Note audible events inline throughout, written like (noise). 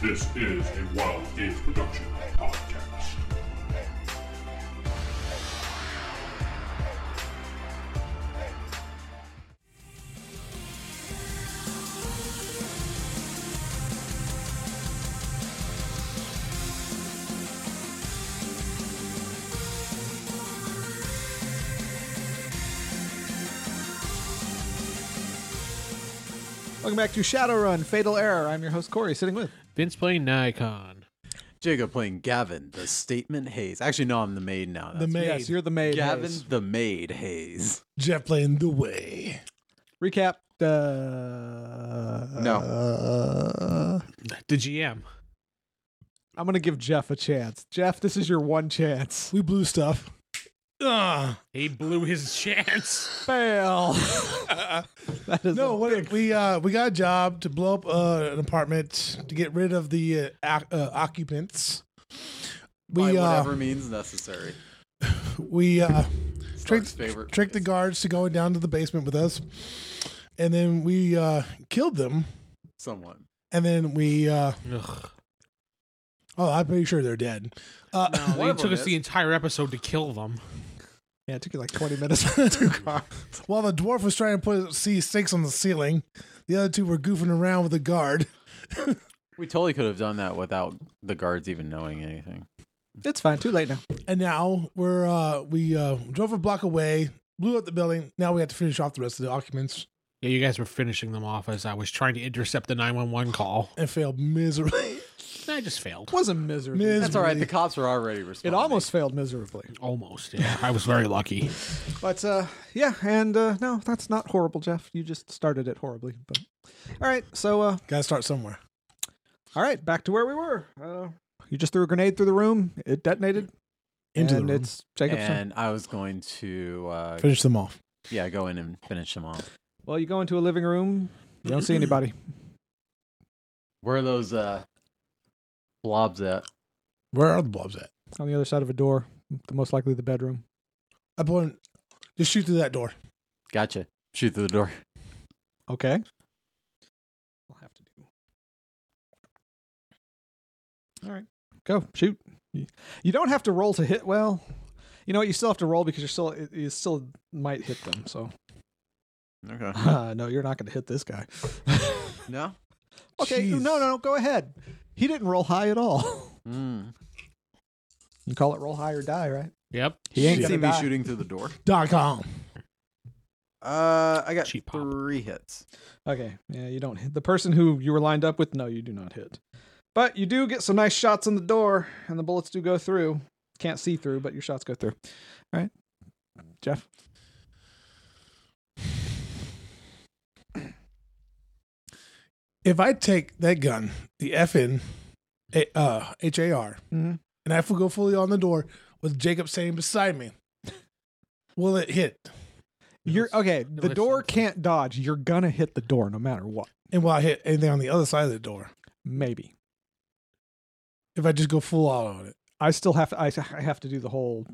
This is a Wild Game Production podcast. Welcome back to Shadowrun Fatal Error. I'm your host Corey, sitting with. Vince playing Nikon. Jacob playing Gavin, the statement Hayes. Actually, no, I'm the maid now. The That's- maid. Yes, you're the maid. Gavin, Hayes. the maid Hayes. Jeff playing the way. Recap. Uh, No. uh, The GM. I'm gonna give Jeff a chance. Jeff, this is your one chance. We blew stuff. Ah, He blew his (laughs) chance. (laughs) Fail. that is no, a- what we uh we got a job to blow up uh, an apartment to get rid of the uh, ac- uh, occupants. By We whatever uh means necessary. we uh Stark's tricked favorite. tricked the guards to going down to the basement with us, and then we uh killed them, Someone. and then we uh Ugh. oh I'm pretty sure they're dead. Uh, One It of took them us is. the entire episode to kill them. Yeah, it took you like 20 minutes (laughs) to car. While the dwarf was trying to put see stakes on the ceiling, the other two were goofing around with the guard. We totally could have done that without the guards even knowing anything. It's fine. Too late now. and now we're uh we uh drove a block away blew up the building now we have to finish off the rest of the occupants Yeah, you guys were finishing them off as I was trying to intercept the 911 call. and failed miserably (laughs) I just failed. Wasn't miserable. Mis- That's all right. The cops are already it responding. almost failed miserably. Almost. (laughs) Yeah, I was very lucky. But uh, yeah, and uh, no, that's not horrible, Jeff. You just started it horribly. But all right, so uh, gotta start somewhere all right, back to where we were. Uh, you just threw a grenade through the room. It detonated. into and the room. it's Jacobson. And I was going to, uh, finish them off yeah, go in and finish them off. Well, you go into a living room. You don't see anybody. Where are those uh, blobs at? where are the blobs at On the other side of a door, the most likely the bedroom. i point just shoot through that door Gotcha. Shoot through the door. Okay. I'll have to do. All right. Go shoot. You you don't have to roll to hit. Well, you know what? You still have to roll because you're still it- you still might hit them. So Okay. (laughs) uh, no, you're not going to hit this guy. No? okay. Jeez. No, no, no. Go ahead. He didn't roll high at all. (laughs) Mm. You call it roll high or die, right? Yep. He ain't You see gonna me die. shooting through the door? dot com Uh, I got Cheap pop. three hits. Okay. Yeah, you don't hit the person who you were lined up with. No, you do not hit. But you do get some nice shots on the door, and the bullets do go through. Can't see through, but your shots go through. All right, Jeff. if i take that gun the fn A- uh har Mhm. and i f- go fully on the door with jacob standing beside me will it hit You're okay. The it's door something. can't dodge. You're gonna hit the door no matter what. and will i hit anything on the other side of the door Maybe if i just go full out on it I still have to. I, I have to do the whole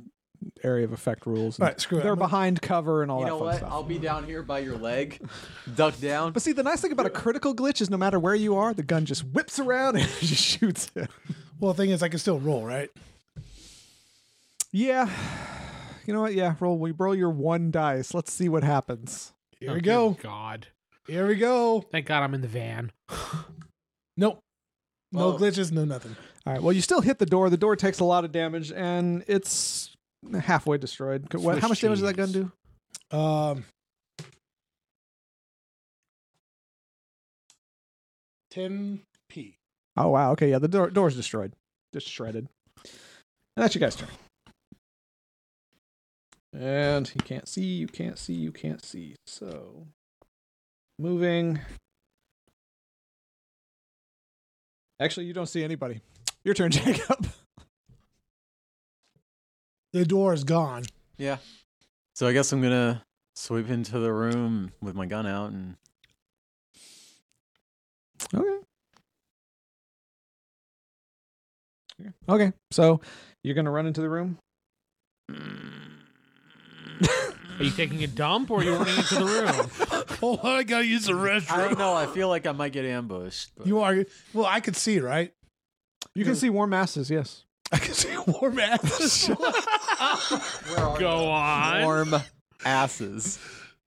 area of effect rules. all and- right screw it They're I'm gonna- behind cover and all you that know fun what? stuff. I'll be down here by your (laughs) leg, duck down. but see, the nice thing about a critical glitch is no matter where you are, the gun just whips around (laughs) and just shoots him. Well, the thing is, I can still roll, right? Yeah. (sighs) You know what? Yeah, roll we roll your one dice. Let's see what happens. Here Oh, we dear go. God. Here we go. Thank God I'm in the van. Nope. No Well- glitches, no nothing. All right. Well, you still hit the door. The door takes a lot of damage and it's halfway destroyed. Co- What, how much damage does that gun do? Um, 10p. Oh wow. Okay. Yeah, the door door's destroyed. Just shredded. And that's your guy's turn. And you can't see, you can't see, you can't see. So moving. Actually, you don't see anybody. Your turn, (laughs) Jacob. The door is gone. Yeah. So I guess I'm gonna sweep into the room with my gun out and Okay. Okay. So you're gonna run into the room. Mm. (laughs) Are you taking a dump or are you running into the (laughs) room? Oh, I gotta use the I restroom. don't know. I feel like I might get ambushed. But You are well. I could see, right? (laughs) You can see warm masses, yes. I can see (laughs) warm ass. Go on. Warm asses.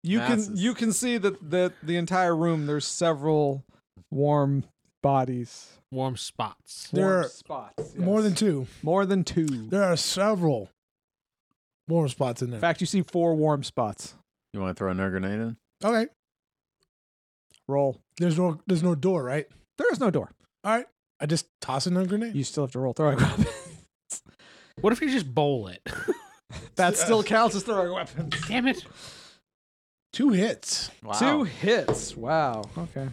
You can Masses. you can see that that the entire room there's several warm bodies. Warm spots. There warm are spots. More yes. than two. more than two. There are several warm spots in In there. fact, you see four warm spots. You want to throw another grenade in? Okay. Roll. There's no there's no door, right? There is no door. All right. I just toss in a grenade. You still have to roll throwing (laughs) weapon. What if you just bowl it? (laughs) That still counts as throwing weapons. Damn it. Two hits. Wow. Two hits. Wow. Okay.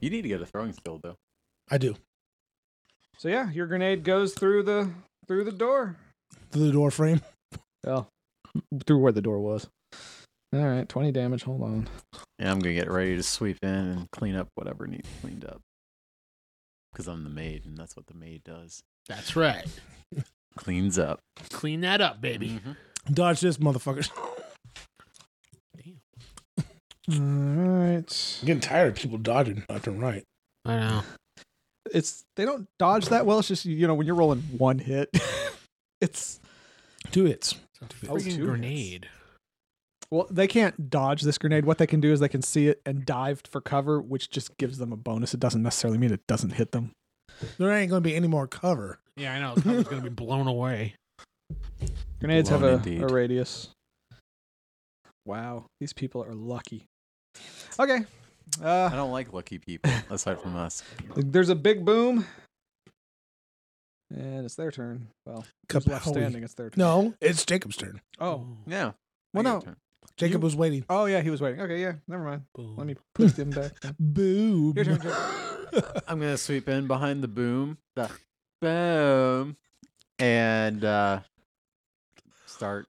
You need to get a throwing skill though. I do. So yeah, your grenade goes through the through the door. Through the door frame. Well, (laughs) through where the door was. All right, twenty damage. Hold on. Yeah, I'm gonna get ready to sweep in and clean up whatever needs cleaned up. Because I'm the maid, and that's what the maid does. That's right. Cleans up. Clean that up, Mm. baby. Mm-hmm. Dodge this motherfucker. All right. I'm getting tired of people dodging left and right. I know. It's they don't dodge that well. It's just you know when you're rolling one hit, (laughs) it's Two hits. Oh, Freaking two grenade. well they can't dodge this grenade. What they can do is they can see it and dive for cover, which just gives them a bonus. It doesn't necessarily mean it doesn't hit them. There ain't gonna be any more cover. Yeah, I know. It's probably gonna be blown away. Grenades have Blown a, indeed. a radius. Wow, these people are lucky. Okay. I Uh, don't like lucky people, aside from us. there's a big boom. And it's their turn. Well, who's left Kapowie. standing? It's their turn. No, it's Jacob's turn. Oh, Yeah. I Well, get a no. turn. Jacob You- was waiting. oh yeah, he was waiting. Okay, yeah, never mind. Boom. Let me push him (laughs) back. then. Boo. Your turn, I'm gonna sweep in behind the boom. The boom. And uh start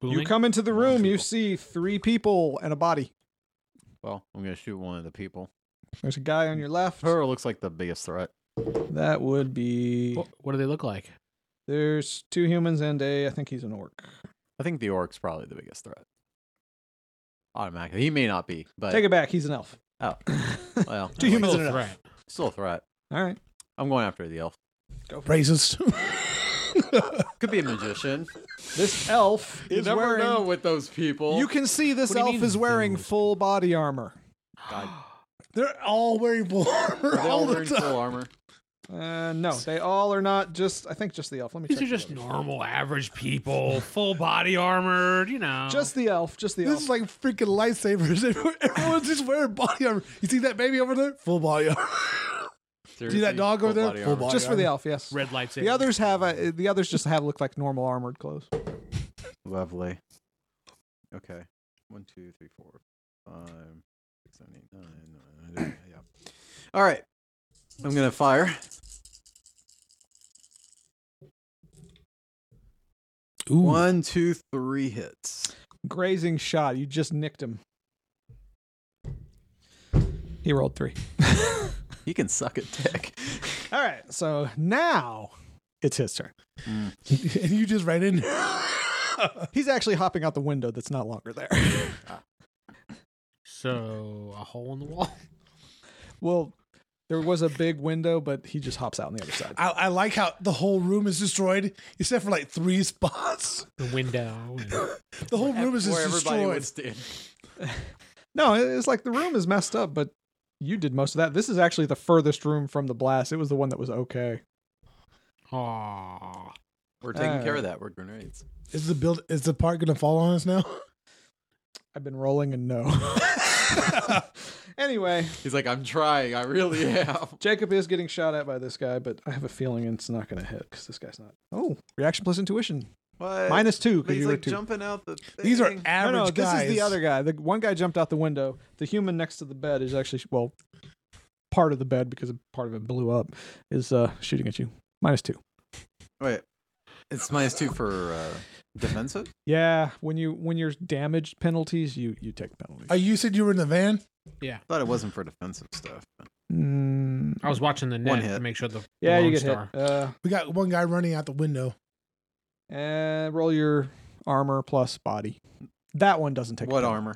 You Booming. come into the Lot of room. You people. see three people and a body. well, I'm gonna shoot one of the people. There's a guy on your left. Her looks like the biggest threat. That would be. What, what do they look like? There's two humans and a. I think he's an orc. I think the orc's probably the biggest threat. Automatically. He may not be, but Take it back. He's an elf. oh (laughs) well. Two humans Still and an a elf. threat. Still a threat. (laughs) All right. I'm going after the elf. Racist. Could be a magician. This elf you is never wearing. know with those people. You can see this What do you elf mean, is wearing those full body armor. God. (laughs) They're all wearing full armor Are they (laughs) all all the wearing time. full armor? Uh, no, they all are not. Just I think just the elf. Let me. These check are the just others. normal, average people, full body armored. You know, Just the elf. Just the This elf. is like freaking lightsabers. (laughs) Everyone- Everyone's just wearing body armor. You see that baby over there? Full body armor. (laughs) Seriously, that dog over full there? body Full armor. body. just for the elf. Yes. red lightsaber. The others have uh the others just have look like normal armored clothes. Lovely. Okay. One, two, three, four, five, six, seven, eight, nine. nine, nine, yeah. All right. I'm gonna fire. Ooh. One, two, three hits. Grazing shot. You just nicked him. He rolled three. He can suck a (laughs) dick. All right. So now it's his turn. and you just ran in. (laughs) He's actually hopping out the window that's not longer there. (laughs) So a hole in the wall. (laughs) well, there was a big window, but he just hops out on the other side. I, I like how the whole room is destroyed, except for like three spots. The window. and- (coughs) The whole room is Where just everybody destroyed. would stand. No, it- it's like the room is messed up, but you did most of that. This is actually the furthest room from the blast. It was the one that was okay. Aw. We're taking Alright. care of Uh. that. We're grenades. Is the build? Is the part gonna fall on us now? (laughs) I've been rolling and no. (laughs) anyway, He's like, I'm trying. I (laughs) really am. Jacob is getting shot at by this guy, but I have a feeling it's not going to hit because this guy's not. Oh, reaction plus intuition. What? Minus two Uh, But because he's you were like two. jumping out the. Thing. These are no, average no, this guys. is the other guy. The one guy jumped out the window. The human next to the bed is actually well, part of the bed because part of it blew up is uh shooting at you. Minus two. Wait, it's minus two for uh, defensive. Yeah, when you when you're damaged penalties, you you take penalties. Oh, you said you were in the van. I thought it wasn't for defensive stuff. Mm, I was watching the One net to hit. make sure the yeah, the you Lone get star. hit. Uh, We got one guy running out the window. and roll your armor plus body. That one doesn't take. a what penalty. armor?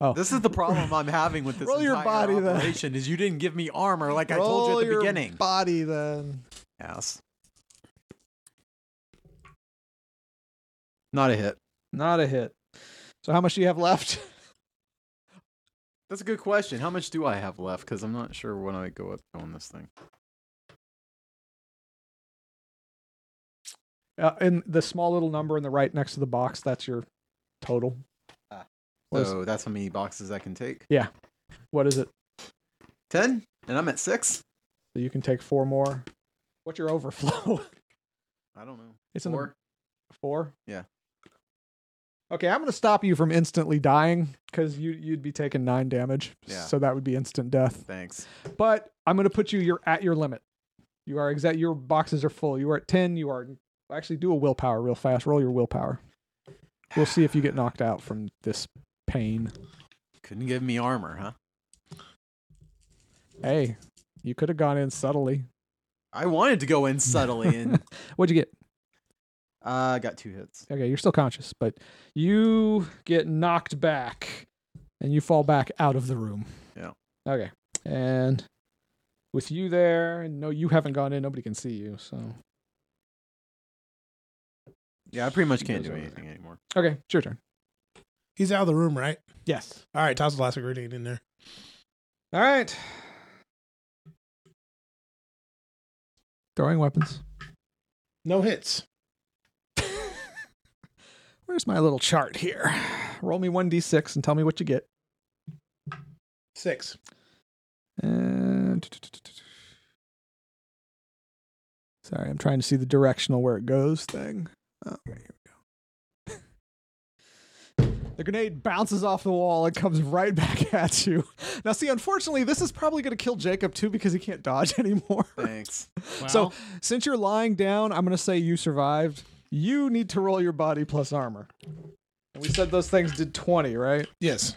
Oh. This is the problem I'm having with this Roll your entire body, then. operation is you didn't give me armor like I told you Roll at the your beginning. Body then. Yes. Not a hit. Not a hit. So how much do you have left? (laughs) That's a good question. How much do I have left? Because I'm not sure when I go up on this thing. Uh, in the small little number in the right next to the box, that's your total. Ah. What is- so that's how many boxes I can take. what is it? Ten, and I'm at six. So you can take four more. What's your overflow? (laughs) I don't know. it's in Four. the four. Yeah. Okay, I'm gonna stop you from instantly dying because you you'd be taking nine damage. Yeah. So that would be instant death. Thanks. But I'm gonna put you. You're at your limit. You are exact. Your boxes are full. You are at ten. You are actually do a willpower real fast. Roll your willpower. We'll see if you get knocked out from this pain. Couldn't give me armor, huh? Hey, you could have gone in subtly. I wanted to go in subtly, and (laughs) What'd you get? uh, I got two hits. Okay, you're still conscious, but you get knocked back and you fall back out of the room. Yeah. Okay. And with you there, and no, you haven't gone in. Nobody can see you. So, Yeah, I pretty much He can't goes do over anything anymore. okay, it's your turn. He's out of the room, right? Yes. All right, toss the last grenade in there. All right. Throwing weapons. No hits. Where's my little chart here? Roll me 1d6 and tell me what you get. Six. And sorry, I'm trying to see the directional where it goes thing. Oh, okay, here we go. The grenade bounces off the wall and comes right back (laughs) at you. Now, see, unfortunately, this is probably going to kill Jacob too because he can't dodge (laughs) anymore. Thanks. So, Well, since you're lying down, I'm going to say you survived. You need to roll your body plus armor. And we said those things did 20, right? Yes.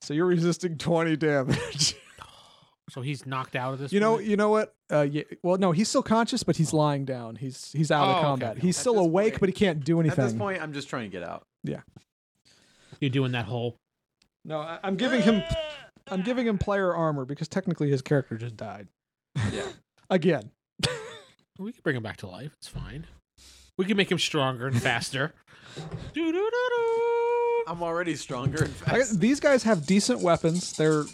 So you're resisting 20 damage. (laughs) so he's knocked out of this. You know, point? you know what? Uh, yeah, well, no, he's still conscious, but he's lying down. He's he's out Oh, of okay. combat. He's At still this awake, point- but he can't do At anything. this point, I'm just trying to get out. you're doing that whole. no, I, I'm giving him, I'm giving him player armor because technically his character just died. Yeah. (laughs) Again, We can bring him back to life. It's fine. We can make him stronger and faster. (laughs) Doo-doo-doo-doo. I'm already stronger. and (laughs) I- fast. these guys have decent weapons. They're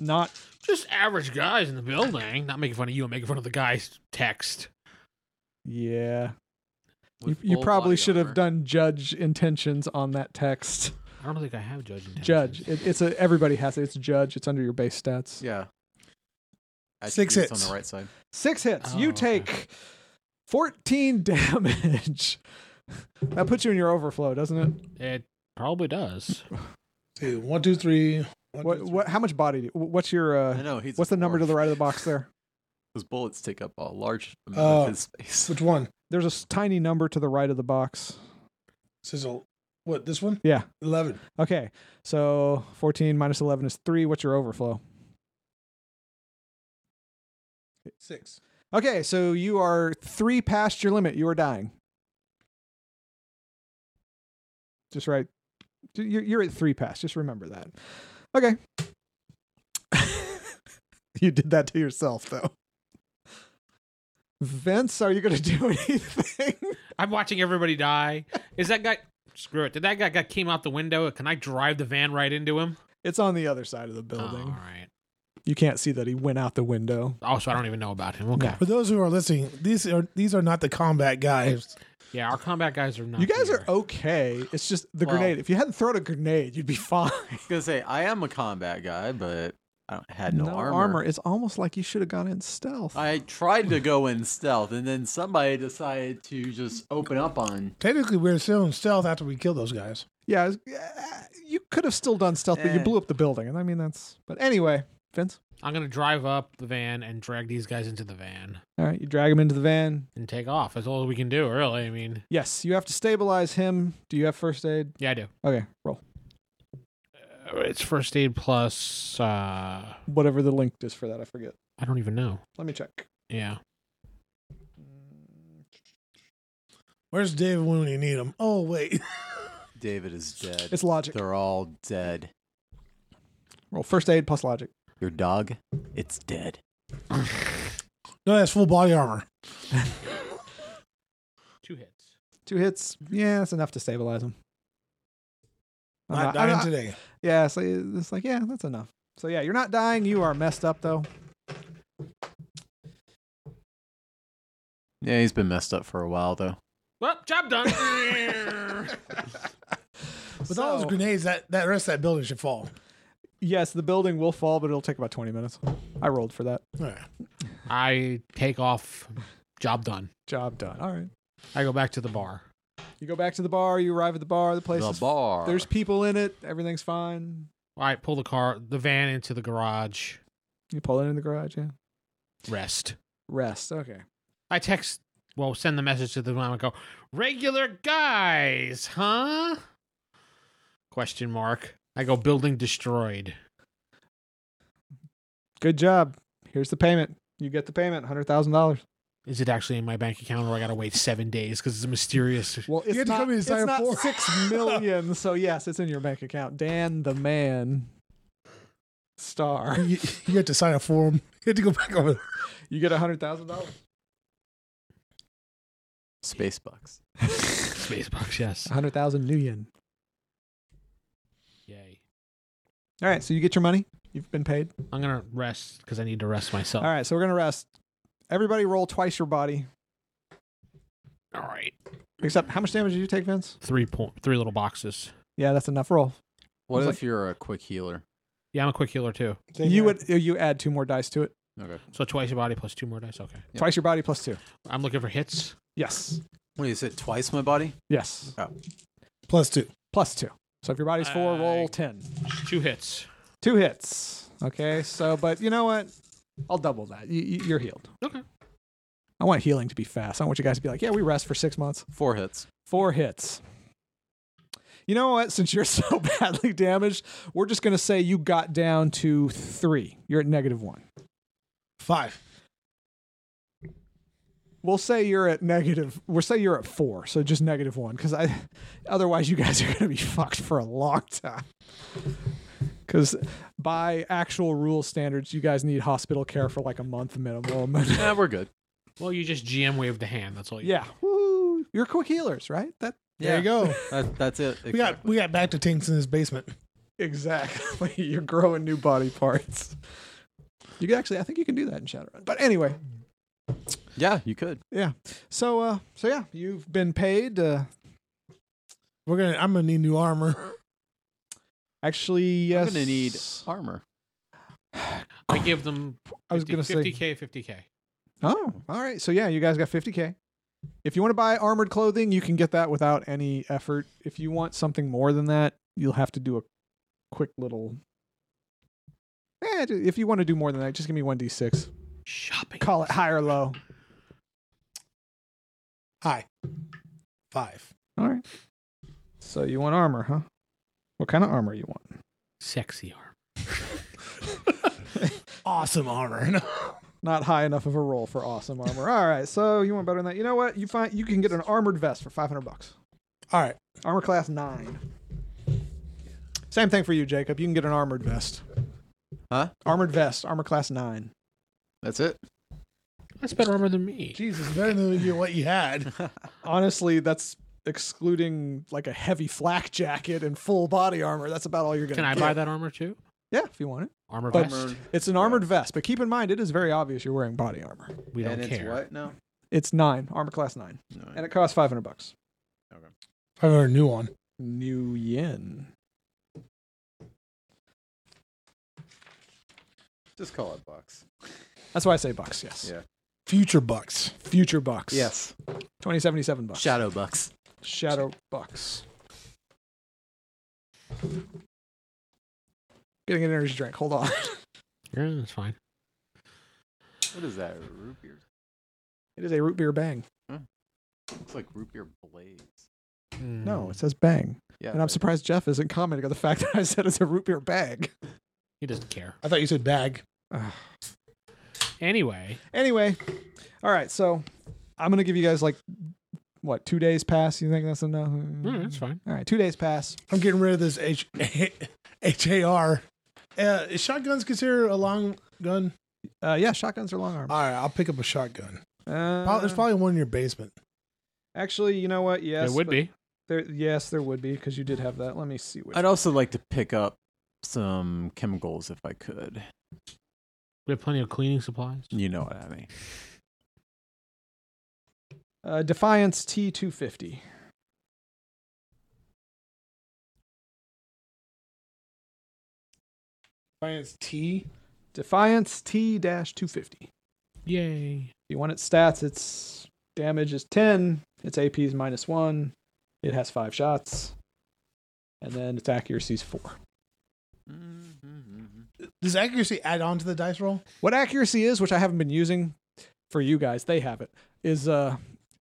not. Just average guys in the building. Not making fun of you. I'm making fun of the guy's text. Yeah, you, With you full probably body should armor. have done judge intentions on that (laughs) text. I don't think I have judge. Intentions. Judge. It, it's a everybody has it. It's judge. It's under your base stats. Yeah. Attributes Six on hits. the right side. Six hits. you Oh, okay. take 14 (laughs) damage. that puts you in your overflow, doesn't it? It probably does. Two. One, two, three. One, What, two, three. what how much body do you, what's your I uh know he's. a what's the number to dwarf. the right of the box (laughs) there? Oh, Those bullets take up a large amount Uh, of his space. (laughs) Which one? There's a s- tiny number to the right of the box. Sizzle. What? This one? Yeah. Eleven. Okay. So 14 minus 11 is 3. What's your overflow? Six. Okay, so you are 3 past your limit. You are dying. Just right. You're you're at 3 past. Just remember that. Okay. (laughs) you did that to yourself though. Vince, are you going to do (laughs) anything? I'm watching everybody die. Is that guy? Screw it. Did that guy, guy came out the window? Can I drive the van right into him? It's on the other side of the Oh, all building. right. You can't see that he went out the window. Also, I don't even know about him. Okay. No. For those who are listening, these are these are not the combat guys. Yeah, our combat guys are not. you guys here. are okay. It's just the Well- grenade. If you hadn't thrown a grenade, you'd be (laughs) fine. I was gonna say I am a combat guy, but I don't, had no, armor. It's almost like you should have gone in stealth. I tried to go in stealth, and then somebody decided to just open up on. Technically, we're still in stealth after we kill those guys. Yeah, it was- yeah, you could have still done stealth, but you Eh. blew up the building, and I mean that's. But anyway, Vince. I'm gonna drive up the van and drag these guys into the van All right, you drag him into the van. and take off. That's all we can do, really. I mean, Yes, you have to stabilize him. Do you have first aid? yeah, I do. Okay, roll Uh, It's first aid plus. uh whatever the link is for that. I forget. I don't even know. Let me check. Yeah. Where's David when you need him? Oh wait. (laughs) David is dead. It's logic. They're all dead. Roll first aid plus logic. Your dog, it's dead. No, that's full body armor. Two hits. Two hits. Yeah, that's enough to stabilize him. I'm Not, not- I'm dying not- today. yeah, so it's like, yeah, that's enough. So yeah, you're not dying. You are messed up though. Yeah, he's been messed up for a while though. Well, job done. With all those So- grenades, that, that rest of that building should fall. Yes, the building will fall, but it'll take about 20 minutes. I rolled for that. All (laughs) right. I take off. Job done. Job done. All right. I go back to the bar. You go back to the bar. You arrive at the bar. The place the is bar. There's people in it. Everything's fine. I pull the car, the van into the garage. You pull it in the garage. Yeah. Rest. Rest. Okay. I text, well, send the message to the mom and go, regular guys, huh? Question mark. I go, building destroyed. Good job. Here's the payment. You get the payment. Hundred thousand dollars. Is it actually in my bank account or I got to wait seven days because it's a mysterious. Well, it's had to not. come in and it's sign not up for- (laughs) six million. so yes, it's in your bank account. Dan the man. Star. You, you have to sign a form. (laughs) You have to go back over there. You get a hundred thousand dollars. space bucks. (laughs) Space box, yes. A hundred thousand new yen. Yay. All right. So you get your money. You've been paid. I'm going to rest because I need to rest myself. All right. So we're gonna rest. Everybody roll twice your body. All right. Except how much damage did you take, Vince? Three point, three little boxes. Yeah, that's enough. Roll. What It's if like- you're a quick healer? Yeah, I'm a quick healer too. you would you add two more dice to it. Okay. So twice your body plus two more dice. Okay. Yeah. Twice your body plus two. I'm looking for hits. Yes. Wait, is it twice my body? Yes. Plus two. Plus two. So if your body's four, roll Uh, I- ten. Two hits. Two hits. Okay. So, but you know what? I'll double that. You, you, you're healed. Okay. I want healing to be fast. I want you guys to be like, yeah, we rest for six months. Four hits. Four hits. You know what? Since you're (laughs) so badly damaged, we're just going to say you got down to three. You're at negative one. Five. We'll say you're at negative. We'll say you're at four, so just negative one, because I, otherwise you guys are gonna be (laughs) fucked for a long time. Because by actual rule standards, you guys need hospital care for like a month minimum. (laughs) (laughs) Yeah, we're good. Well, you just GM waved the hand. That's all you yeah, Woo. you're quick healers, right? That There you (laughs) go. That, that's it. We got we got back to tanks in his basement. exactly. (laughs) you're growing new body parts. You can actually, I think you can do that in Shadowrun. But anyway, yeah, you could. so uh, so yeah, you've been paid. Uh, We're gonna. I'm gonna need new armor. (laughs) actually, yes. I'm gonna need armor. I give them 50, I was gonna say 50K, 50K. Oh, all right. So yeah, you guys got 50k. If you want to buy armored clothing, you can get that without any effort. If you want something more than that, you'll have to do a quick little. Eh, ju- if you want to do more than that, just give me one d6. Shopping. Call it high or low. Hi. Five. All right. So you want armor, huh? What kind of armor you want? Sexy arm. Awesome armor. (laughs) No. Not high enough of a roll for awesome armor. All right. So you want better than that? You know what? You find you can get an armored vest for 500 bucks. All right. Armor class nine. Same thing for you, Jacob. You can get an armored vest. Huh? Armored vest, armor class nine. That's it. That's better armor than me. Jesus, better than you- what you had. Honestly, that's excluding like a heavy flak jacket and full body armor. That's about all you're gonna. Can I get. buy that armor too? Yeah, if you want it. Armor But- vest. It's an armored vest, but keep in mind it is very obvious you're wearing body armor. We don't and it's care. what now? It's nine, armor class nine, No. and it costs five hundred bucks. I got a new one. New yen. Just call it bucks. That's why I say bucks. Yes. Yeah. Future bucks. Future bucks. Yes. Twenty seventy seven bucks. Shadow bucks. Shadow Bucks. Getting an energy drink. Hold on. (laughs) Yeah, that's fine. What is that? Root beer? It is a root beer bang. It's like root beer blades. Mm. No, it says bang. Yeah. And I'm surprised Jeff isn't commenting on the fact that I said it's a root beer bag. he doesn't care. I thought you said bag. Anyway, Anyway, all right. So I'm gonna give you guys like what two days pass? You think that's enough? mm, that's fine. (laughs) All right, two days pass. I'm getting rid of this H H A R Uh, is shotguns considered a long gun? Uh, yeah, shotguns are long arms. All right, I'll pick up a shotgun. Uh, Probably, Uh, there's probably one in your basement. actually, you know what? Yes, it would but be. There, yes, there would be because you did have that. Let me see which. I'd also like to pick up some chemicals if I could. We have plenty of cleaning supplies. You know what I mean. Uh, Defiance T two fifty. Defiance T. Defiance T dash two fifty. Yay. You want its stats? Its damage is ten. Its AP is minus one. It has five shots, and then its accuracy is four. Does accuracy add on to the dice roll? What accuracy is, which I haven't been using for you guys, they have it, is uh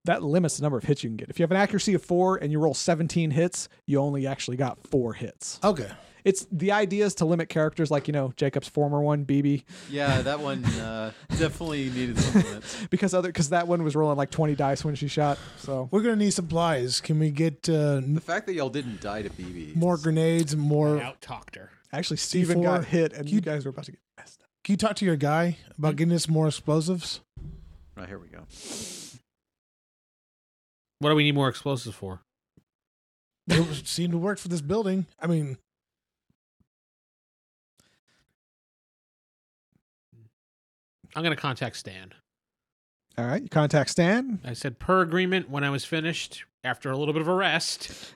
that limits the number of hits you can get. If you have an accuracy of four and you roll 17 hits, you only actually got four hits. Okay. It's the idea is to limit characters like, you know, Jacob's former one, BB, Yeah, that one uh, definitely needed some limits. because other because that one was rolling like 20 dice when she shot. So We're gonna need supplies. Can we get uh, n- The fact that y'all didn't die to BB. more grenades and Uh, more? Out talked her. actually Steven D4. got hit and you You- guys were about to get messed up. Can you talk to your guy Mm. about getting us more explosives? Right, Oh, here we go. What do we need more explosives for? It seemed to work for this building. I mean, I'm going to contact Stan. All right, you contact Stan. I said per agreement when I was finished after a little bit of (laughs) a rest.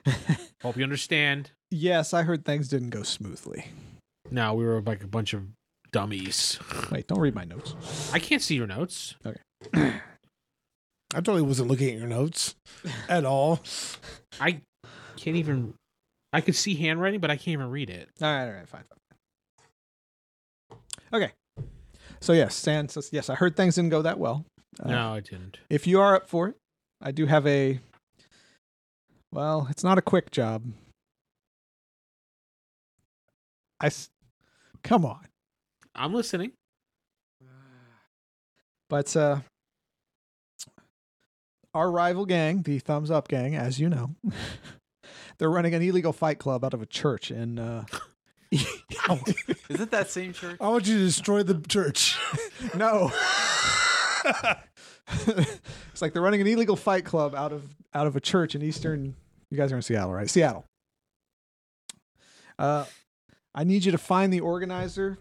Hope you understand. Yes, I heard things didn't go smoothly. No, we were like a bunch of dummies. Wait, don't read my notes. I can't see your notes. I totally wasn't looking at (laughs) your notes at all. I can't even. I could see handwriting, but I can't even read it. All right, all right, fine, fine. Okay. So yes, Stan says yes. I heard things didn't go that well. Uh, No, I didn't. If you are up for it, I do have a. Well, it's not a quick job. I. s- Come on, I'm listening. but uh, our rival gang, the Thumbs Up Gang, as you know, (laughs) they're running an illegal fight club out of a church in. Uh, Is it that same church? I want you to destroy the (laughs) church. No. (laughs) it's like they're running an illegal fight club out of out of a church in eastern. You guys are in Seattle, right? Seattle. Uh, I need you to find the organizer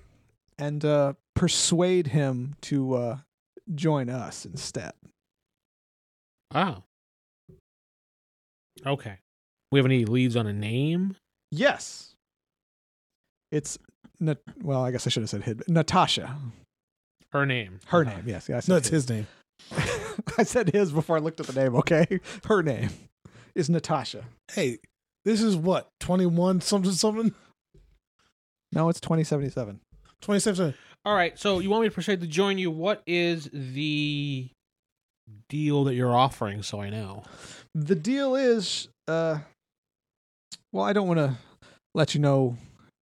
and uh, persuade him to uh, join us instead. Oh. Okay. We have any leads on a name? Yes. It's Na- well, I guess I should have said hid. Natasha, Her name. her name. Yes, yes. No, it's his name. (laughs) I said his before I looked at the name. Okay, her name is Natasha. Hey, this is what twenty one something something No, it's twenty seventy seven. twenty seven. All right. So you want me to persuade to join you? What is the deal that you're offering? So I know. the deal is uh well i don't want to let you know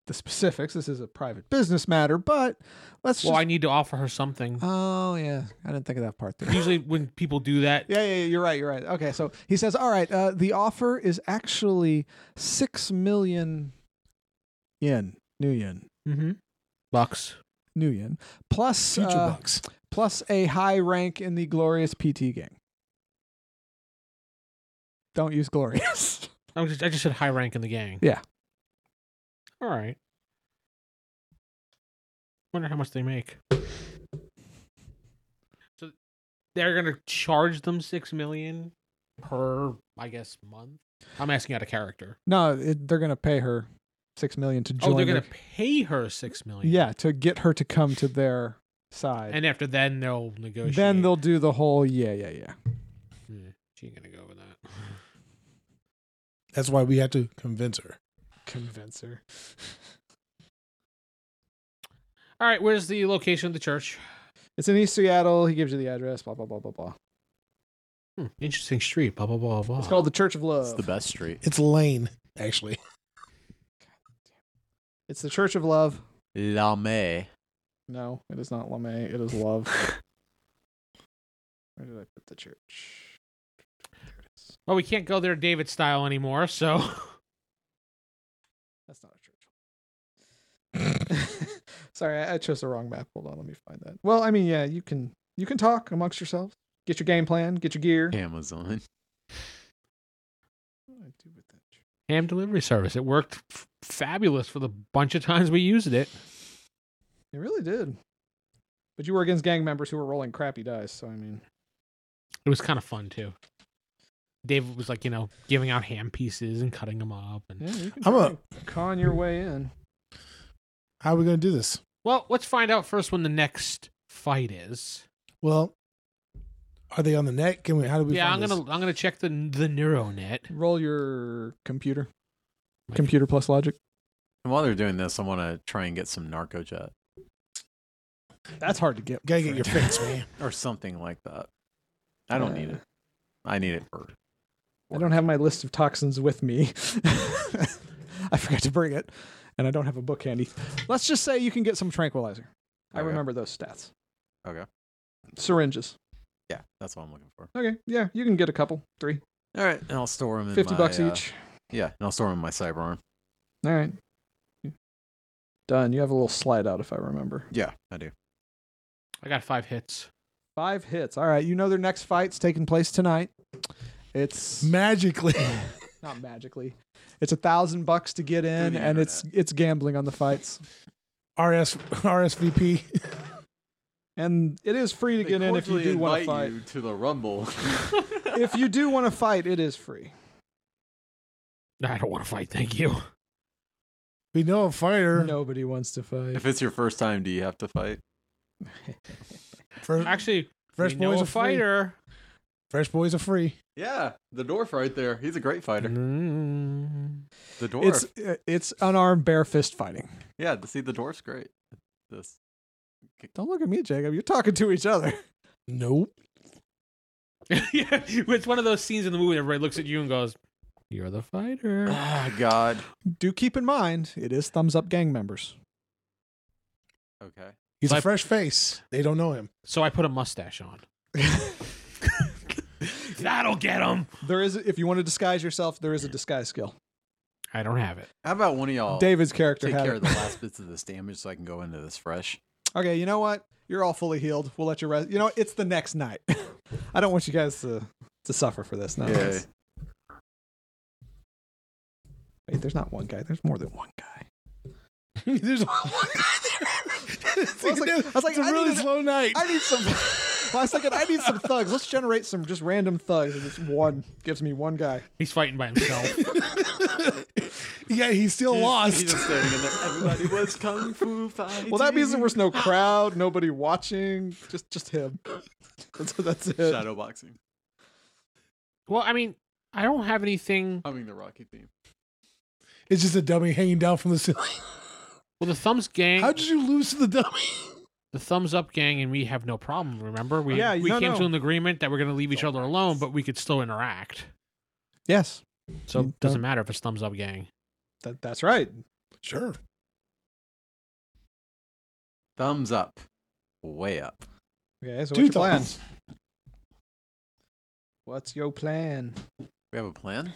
the specifics this is a private business matter but let's Well, just I need to offer her something. oh yeah i didn't think of that part (laughs) there Usually, when people do that, yeah, yeah, yeah, you're right, you're right. Okay, so he says, "All right, uh, the offer is actually six million yen, new yen, mm-hmm. bucks. new yen, plus Future uh, bucks. plus a high rank in the glorious PT gang." Don't use glorious. (laughs) I just, I just said high rank in the gang. Yeah. All right. Wonder how much they make. So they're gonna charge them six million per, I guess, month. I'm asking out of character. No, it, they're gonna pay her six million to join. oh, they're gonna their- pay her six million. yeah to get her to come to their side, And after then they'll negotiate. then they'll do the whole yeah, yeah, yeah. Yeah, she ain't gonna go (sighs) with that. That's why we had to convince her. Convince her. All right. Where's the location of the church? It's in East Seattle. He gives you the address. Blah blah blah blah blah. Hmm, interesting street. Blah blah blah blah. It's called the Church of Love. It's the best street. It's Lane, actually. It's the Church of Love. La May. No, it is not Lame. It is (laughs) Love. Where did I put the church? There it is. well, we can't go there David style anymore. So. (laughs) That's not a church. (laughs) Sorry, I, I chose the wrong map. Hold on, let me find that. Well, I mean, yeah, you can you can talk amongst yourselves. Get your game plan. Get your gear. Amazon. What do I do with that? tr- ham delivery service. It worked f- fabulous for the bunch of times we used it. It really did. But you were against gang members who were rolling crappy dice. So I mean, It was kind of fun too. David was like, you know, giving out ham pieces and cutting them up. And yeah, you can I'm try a- and con your way in. How are we going to do this? well, let's find out first when the next fight is. Well, are they on the net? Can we? How do we? yeah, I'm find gonna I'm gonna check the the neural net. Roll your computer. My- Computer plus logic. And while they're doing this, I want to try and get some narco jet That's hard to get. Gotta get (laughs) your fix, man. or something like that. I don't need Uh. it. I need it for. I don't have my list of toxins with me. (laughs) I forgot to bring it, and I don't have a book handy. Let's just say you can get some tranquilizer. I Okay. remember those stats. Okay. Syringes. Yeah, that's what I'm looking for. Okay. Yeah, you can get a couple, three, All right, and I'll store them in 50 my, bucks uh, each. Yeah, and I'll store them in my sidearm. All right. Done. You have a little slide out if I remember. Yeah, I do. I got five hits. Five hits. All right. You know their next fight's taking place tonight. It's (laughs) Magically, not magically. It's a thousand bucks to get in, the and it's it's gambling on the fights. RS RSVP. And it is free to get in if you do want to fight. to the (laughs) rumble. if you do want to fight, it is free. I don't want to fight. Thank (laughs) you. We know a fighter. Nobody wants to fight. (laughs) if it's your first time, do you have to fight? Fresh, Actually, fresh we know boys a are free. fighter. Fresh boys are free. Yeah, the dwarf right there. He's a great fighter. Mm. The dwarf. It's uh, it's unarmed bare fist fighting. yeah, to see the dwarf's great. This. Don't look at me, Jacob. You're talking to each other. (laughs) Nope. (laughs) yeah, it's one of those scenes in the movie. Everybody looks at you and goes, "You're the fighter." Ah, God. Do keep in mind, it is thumbs up gang members. Okay. He's My- a fresh face. They don't know him. So I put a mustache on. (laughs) That'll get him. There is, if you want to disguise yourself, there is a disguise skill. I don't have it. How about one of y'all David's character Oh. take had care it. of the (laughs) last bits of this damage so I can go into this fresh? Okay, you know what? You're all fully healed. We'll let you rest. You know, it's the next night. (laughs) I don't want you guys to to suffer for this. No. Yeah. Wait, there's not one guy. There's more than one guy. (laughs) (laughs) There's one guy there. I was like- I was like, it's a I really needed- slow night. I need some. (laughs) Last second, I need some thugs. Let's generate some just random thugs. And it's one gives me one guy. He's fighting by himself. (laughs) yeah, he's still lost. He's just standing in there. Everybody was kung fu fighting. Well, that means there was no crowd, nobody watching, just just him. (laughs) That's, that's it. shadow boxing, well, I mean, I don't have anything. humming the Rocky theme. it's just a dummy hanging down from the (laughs) ceiling. Well, the thumbs gang, How did you lose to the dummy? the thumbs up gang, and we have no problem. Remember, we Yeah, we no, came no. to an agreement that we're going to leave each other alone, but we could still interact. Yes, So You it doesn't don't- matter if it's thumbs up gang. that, that's right. Sure. Thumbs up, way up. Okay, so what's Do your the- plan? What's your plan? We have a plan.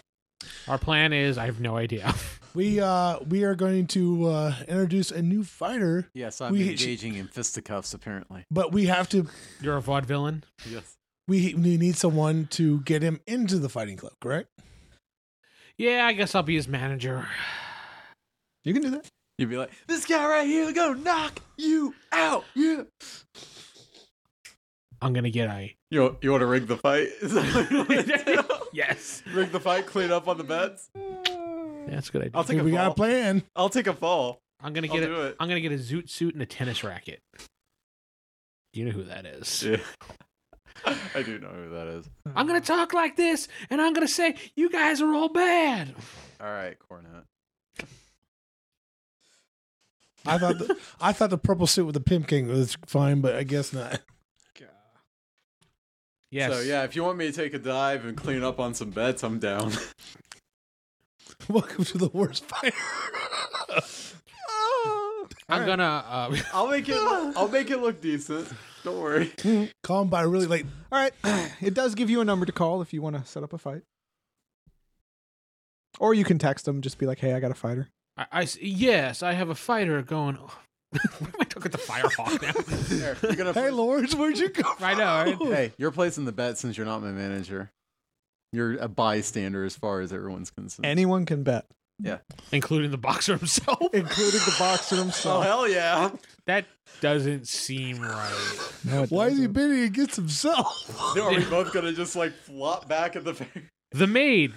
Our plan is I have no idea. We uh we are going to uh introduce a new fighter, Yes, I'm We- engaging in fisticuffs apparently. but we have to (laughs) You're a vaudevillain. Yes. we, we need someone to get him into the fighting club, correct? Yeah, I guess I'll be his manager. You can do that. You'd be like, this guy right here gonna knock you out. Yeah. I'm gonna get a You you want to rig the fight? (laughs) yes. rig the fight. Clean up on the bets. That's a good idea. I'll take a we got fall. a plan. I'll take a fall. I'm gonna I'll get a, do it. I'm gonna get a zoot suit and a tennis racket. You know who that is. Yeah. (laughs) I do know who that is. I'm gonna talk like this, and I'm gonna say you guys are all bad. All right, Cornet. I thought (laughs) the, I thought the purple suit with the pimp king was fine, but I guess not. (laughs) Yes. So yeah, if you want me to take a dive and clean up on some bets, I'm down. (laughs) Welcome to the worst fighter. Ah! I'm gonna. Uh, (laughs) I'll make (laughs) it. I'll make it look decent. Don't (laughs) worry. (laughs) Call him by really late. All right. (clears throat) It does give you a number to call if you want to set up a fight. Or you can text them, just be like, hey, I got a fighter. I, I s- yes, I have a fighter going (laughs) Why am I talking to Firehawk (laughs) now? There, you're gonna Hey, place- Lords, where'd you go? I know, from? hey, you're placing the bet since you're not my manager. You're a bystander as far as everyone's concerned. (laughs) Anyone can bet, Including the boxer himself. including the boxer himself. Oh, hell yeah! (laughs) That doesn't seem right. No, it Why is he doesn't. bidding against (laughs) himself? Are we both gonna just like flop back at the (laughs) fair? The maid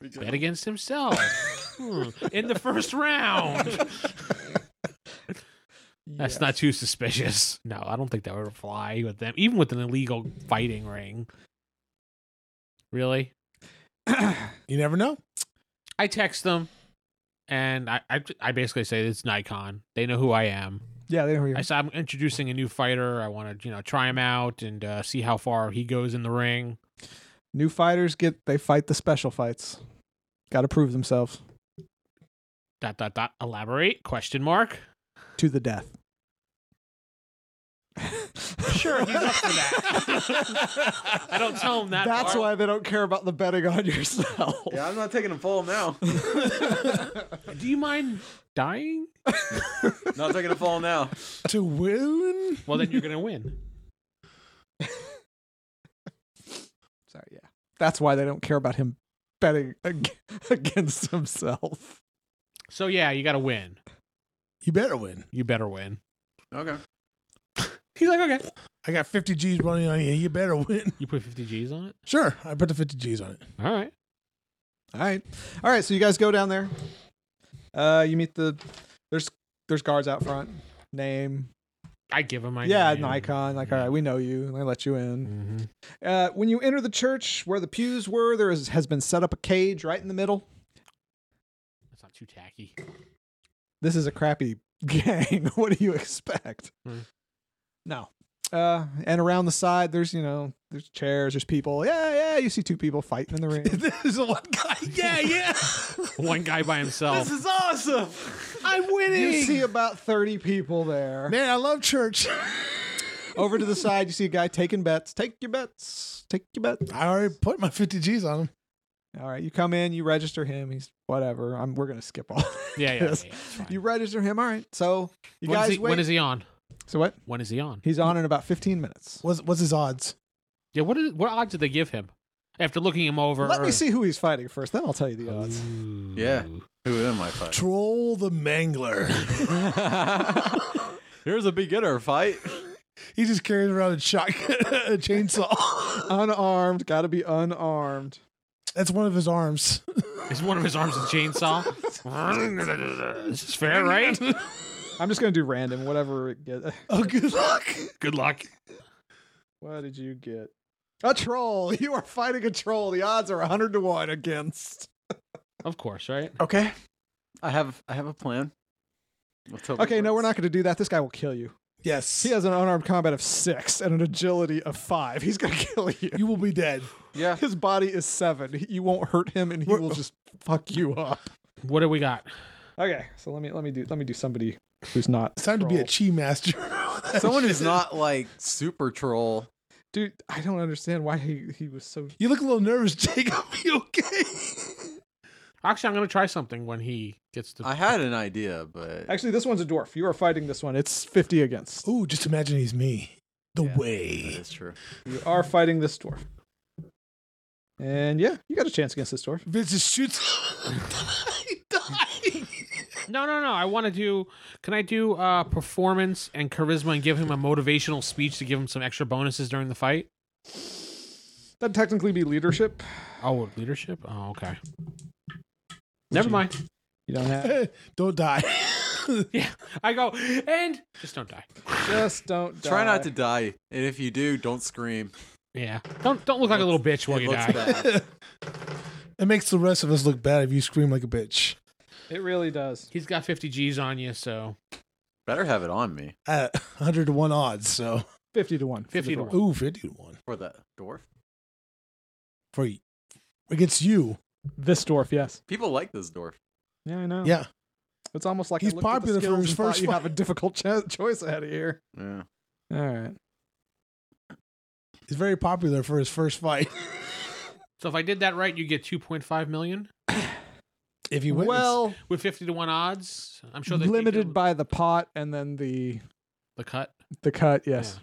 bet against himself Hmm. in the first round. That's Yes. not too suspicious. (laughs) No, I don't think that would fly with them, even with an illegal fighting ring. Really? you never know. I text them, and I I, I basically say it's Nikon. They know who I am. (laughs) Yeah, they know who you I are. said I'm introducing a new fighter. I want to you know try him out and uh, see how far he goes in the ring. New fighters get they fight the special fights. Got to prove themselves Dot dot dot. Elaborate? Question mark. (laughs) to the death. Sure, he's up for that. I don't tell him that. That's part. why they don't care about the betting on yourself. (laughs) Yeah, I'm not taking him full (laughs) now. Do you mind dying? not taking him full now. (laughs) To win? Well, then you're gonna win. Sorry, yeah. That's why they don't care about him betting ag- (laughs) against himself. (laughs) So yeah, you gotta win. You better win. You better win. Okay. He's like, okay. I got 50 G's running on you. You better win. You put 50 G's on it. Sure, I put the 50 G's on it. All right. All right, all right. So you guys go down there. Uh, you meet the there's there's guards out front. Name, I give him my yeah, name. Nikon. Like, all right, we know you, and they let you in. Mhm. Uh, when you enter the church where the pews were, there is, has been set up a cage right in the middle. That's not too tacky. (laughs) This is a crappy (laughs) gang. what do you expect? Hmm. No. Uh, and around the side, there's you know, there's chairs, there's people. Yeah, yeah. You see two people fighting in the (laughs) ring. There's one guy. (laughs) Yeah, yeah. One guy (laughs) by himself. is awesome. I'm winning. You see about 30 people there. Man, I love church. Over to the side, you see a guy taking bets. Take your bets. Take your bets. I already put my 50 G's on him. All right, you come in, you register him. He's whatever. I'm, we're going to skip all. yeah, yeah. yeah, Yes. yeah, it's fine. You register him. All right. So you when, guys is he, wait. when is he on? so what? When is he on? He's on in about 15 minutes. What's, what's his odds? Yeah. What is, what odds did they give him? After looking him over. Let me see who he's fighting first, then I'll tell you the odds. Ooh. Yeah. Who am I fighting? Troll the Mangler. (laughs) (laughs) Here's a beginner fight. he just carries around a shotgun, (laughs) a chainsaw. (laughs) Unarmed, got to be unarmed. That's one of his arms. (laughs) Is one of his arms a (laughs) chainsaw? this is fair, right? I'm just going to do random, whatever it (laughs) gets. Oh, good luck. Good luck. What did you get? A troll. (laughs) You are fighting a troll. The odds are 100 to 1 against. Of course, right? Oh. Okay. I have I have a plan. Let's hope it Okay, no, we're works. not going to do that. This guy will kill you. Yes. He has an unarmed combat of six and an agility of five. He's gonna (laughs) kill you. You will be dead. (laughs) Yeah. His body is seven. He- You won't hurt him, and he We're- will just fuck you up. What do we got? Okay, so let me let me do let me do somebody who's not. It's time to be a troll. chi master. (laughs) Someone who's not like super troll. dude. I don't understand why he he was so. You look a little nervous, (laughs) Jacob. You okay? Actually, I'm going to try something when he gets to. I had an idea, but Actually, this one's a dwarf. You are fighting this one. It's fifty against. Ooh, just imagine he's me. The Yeah. way. it's true. You are fighting this dwarf. And yeah, you got a chance against this dwarf. Vince just shoots. (laughs) he died. no, no, no. I want to do. Can I do uh, performance and charisma and give him a motivational speech to give him some extra bonuses during the fight? That'd technically be leadership. Oh, leadership? Oh, okay. Never you- mind. (laughs) You don't (laughs) have. Don't die. (laughs) Yeah. I go, and just don't die. Just don't. Try not die. to die, and if you do, don't scream. Yeah. Don't don't look like a little bitch while it you looks die. (laughs) bad. it makes the rest of us look bad if you scream like a bitch. It really does. He's got 50 G's on you, so Better have it on me At 100 to 1 odds, so. Fifty to one. for the 50 to dwarf. one. Ooh, 50 to 1. for the dwarf. For y- against you. This dwarf, yes. People like this dwarf. Yeah, I know. Yeah. It's almost like He's I looked at the popular for skills his and thought first You have a fight. difficult (laughs) cho- choice ahead of here. Yeah. All right. He's very popular for his first fight. (laughs) So if I did that right, you get 2.5 million. If you witness, well, with fifty to one odds. I'm sure they limited figured by the pot and then the the cut. the cut. Yes,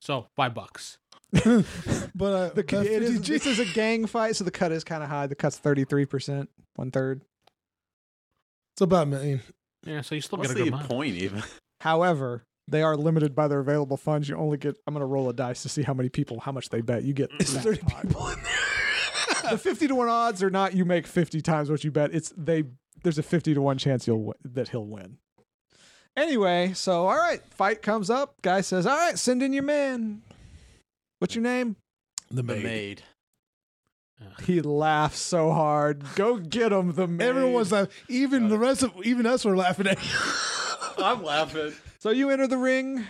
So five bucks. but uh, the, but it is, (laughs) 50G this is a gang fight, so the cut is kind of high. The cut's thirty three percent, one third. it's about a million. Yeah, so you still What's get a the good amount. (laughs) point even? However, they are limited by their available funds. You only get. I'm going to roll a dice to see how many people, how much they bet. You get (laughs) It's that thirty pot. people in there. The fifty to one odds are not you make fifty times what you bet. It's they. There's a fifty to one chance you'll wi- that he'll win. Anyway, so all right, fight comes up. Guy says, "All right, send in your man." What's your name? (laughs) The the maid. maid. He laughs so hard. Go get him, the maid. Everyone's like, even the rest of, even us were laughing (laughs) at. you. I'm laughing. so you enter the ring.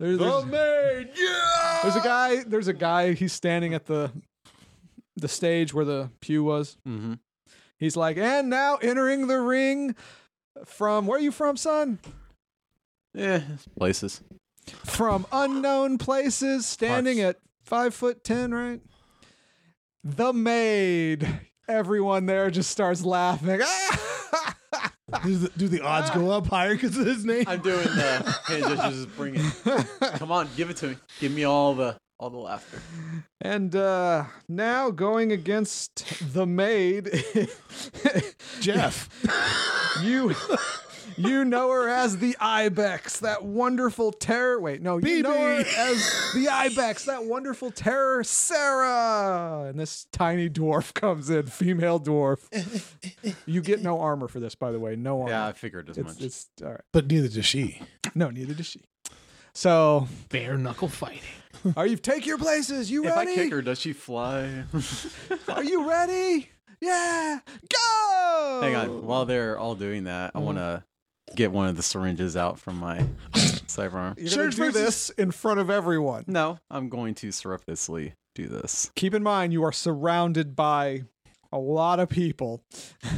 There's, The there's, maid. Yeah. there's a guy. There's a guy. He's standing at the the stage where the pew was. Mm-hmm. He's like, and now entering the ring from where are you from, son? Yeah. Places. From unknown places, standing at five foot ten, right? The maid. Everyone there just starts laughing. (laughs) Do the, do the odds go up higher because of his (laughs) name? I'm doing (laughs) the hand gestures. Just bring it. (laughs) Come on, give it to me. Give me all the all the laughter. and uh, now going against the maid, (laughs) Jeff. you you know her as the ibex that wonderful terror wait no you know her BB. as the ibex that wonderful terror sarah and this tiny dwarf comes in female dwarf you get no armor for this by the way no armor Yeah, I figured as it's, much. it's all right but neither does she. no neither does she so Bare knuckle fighting. are you take your places you If I ready kick her, does she fly? (laughs) are you ready yeah go Hang on. While they're all doing that, I want to get one of the syringes out from my cyberarm. you're gonna Church do versus- this in front of everyone No, I'm going to surreptitiously do this. keep in mind you are surrounded by a lot of people.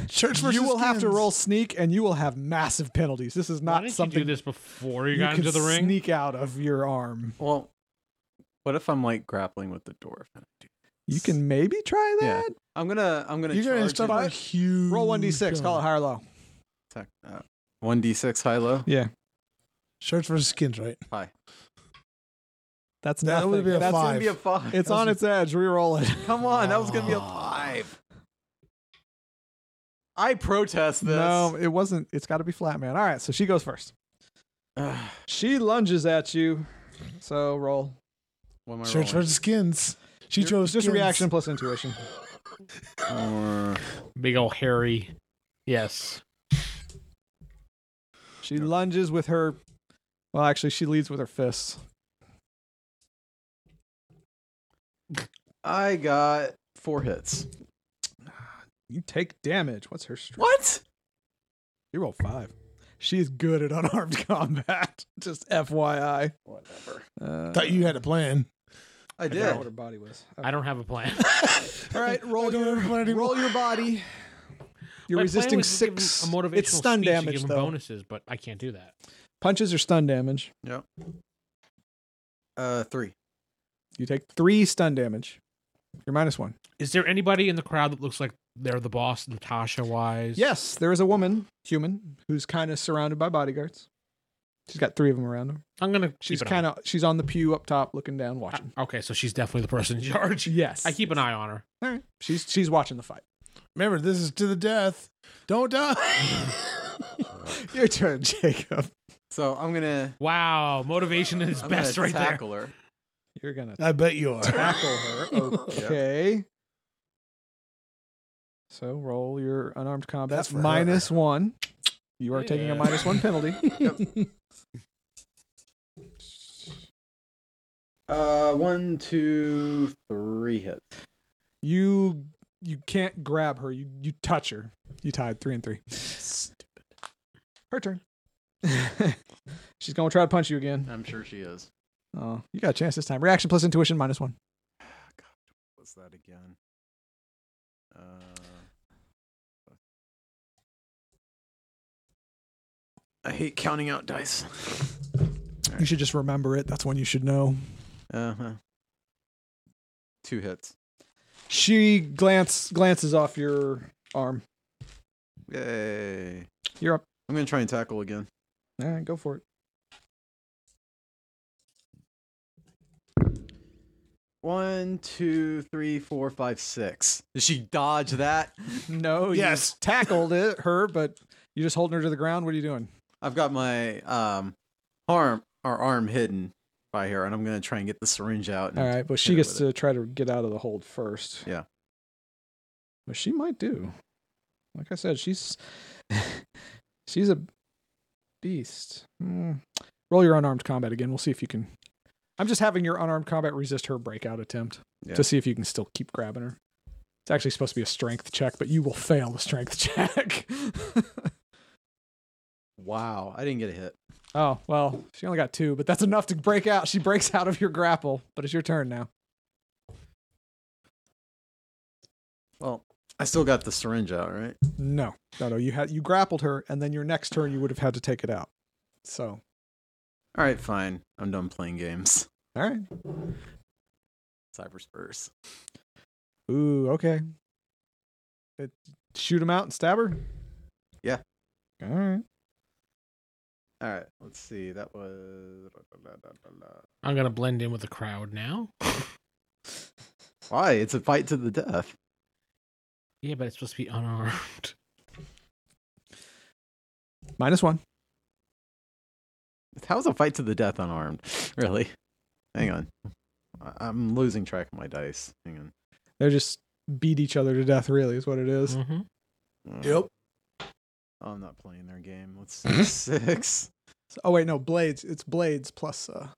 Church versus You will have to skins. roll sneak, and you will have massive penalties. This is Why not didn't something you do this before you, got could into the ring? Sneak out of your arm. Well, what if I'm like grappling with the dwarf? You can maybe try Yeah. that. I'm gonna I'm gonna You're gonna charge start him. a huge. Roll one d Mm, six. Call it high or low. Attack. Uh, One d six high low. Yeah, Shirts versus skins, right? that's That nothing. would be a that's five. Gonna be a five. It's on its edge. Reroll (laughs) it. (laughs) Come on, that was gonna be a five. I protest this. No, it wasn't. It's got to be flat, man. All right, so she goes first. Ugh, She lunges at you. So roll. (sighs) what am I Shirts rolling? versus skins. She chose Just skins. reaction plus intuition. (laughs) Or- Big old hairy. Yes. She lunges with her. Well, actually, she leads with her fists. I got four hits. You take damage. What's her strength? What? You roll five. She's good at unarmed (laughs) combat. Just FYI. Whatever. Uh, Thought you had a plan. I I forgot did. what her body was. I don't have a plan. All right, roll I don't your have a plan anymore. roll your body. (laughs) You're My plan resisting was to give him six. A motivational It's stun speech to damage give him though. bonuses, but I can't do that. Punches are stun damage. Uh, three. You take three stun damage. You're minus one. Is there anybody in the crowd that looks like they're the boss, Natasha wise? Yes, there is a woman, human, who's kind of surrounded by bodyguards. She's got three of them around her. I'm gonna. She's kind of she's on the pew up top, looking down, watching. Okay, so she's definitely (laughs) the person in charge. Yes, I keep an eye on her. All right, she's she's watching the fight. Remember, this is to the death. Don't (laughs) die. (laughs) Your turn, Jacob. So I'm gonna. Wow, motivation is I'm best gonna right there. tackle her. You're gonna I bet you are. tackle her. Oh. Okay. So roll your unarmed combat That's for minus one. You are taking a Yeah. minus one penalty. Uh, one, two, three hits. you you can't grab her. You you touch her. You tied three and three. Her turn. (laughs) She's gonna try to punch you again. I'm sure she is. Oh, you got a chance this time. Reaction plus intuition minus one. What's that again? Uh, I hate counting out (laughs) dice. You should just remember it. That's one you should know. Uh huh. Two hits. She glance glances off your arm. Yay. You're up. I'm going to try and tackle again. All right, go for it. One, two, three, four, five, six. Did she dodge that? No, you Yes. tackled it, her, but you just holding her to the ground. What are you doing? I've got my um arm or arm hidden by her, and I'm gonna try and get the syringe out. And All right, but she hit her gets with to try to get out of the hold first. Yeah. But she might do. Like I said, she's (laughs) she's a beast. Mm. Roll your unarmed combat again. We'll see if you can. I'm just having your unarmed combat resist her breakout attempt Yeah. to see if you can still keep grabbing her. It's actually supposed to be a strength check, but you will fail the strength (laughs) check. Wow, I didn't get a hit. oh well, she only got two, but that's enough to break out. She breaks out of your grapple, but it's your turn now. Well, I still got the syringe out, right? No, no, no. You had you grappled her, and then your next turn you would have had to take it out. So, All right, fine. I'm done playing games. (laughs) all right. Cyberspurs. Ooh, okay. It, shoot him out and stab her. Yeah. All right. All right, let's see. That was da, da, da, da, da. I'm gonna blend in with the crowd now. why? It's a fight to the death. Yeah, but it's supposed to (laughs) be unarmed. Minus one. How's a fight to the death unarmed? (laughs) Really? Hang on. I- I'm losing track of my dice. Hang on. They're just beat each other to death. Really, is what it is. Mhm. Uh, Yep. Oh, I'm not playing their game. (laughs) Let's see. Six. So- oh wait, no. Blades. It's blades plus uh,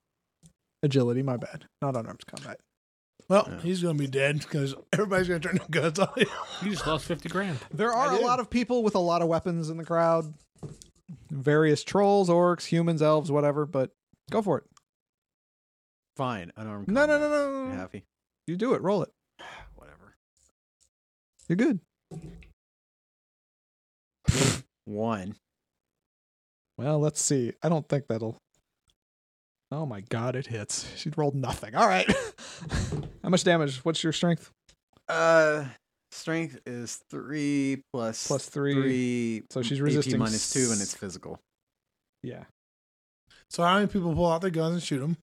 agility. My bad. Not unarmed combat. Well, Yeah. he's gonna be dead because everybody's gonna turn their guns on him. You just lost fifty grand. There are I a do. lot of people with a lot of weapons in the crowd. Various trolls, orcs, humans, elves, whatever. But go for it. Fine. Unarmed. No, no, combat. no, no, You no. happy? You do it. Roll it. Whatever. You're good. One. Well, let's see. I don't think that'll. Oh my god, it hits. She rolled nothing. All right. (laughs) How much damage? What's your strength? Uh, strength is three plus Plus three. three So she's AP resisting minus two, and s- it's physical. Yeah. So how many people pull out their guns and shoot him?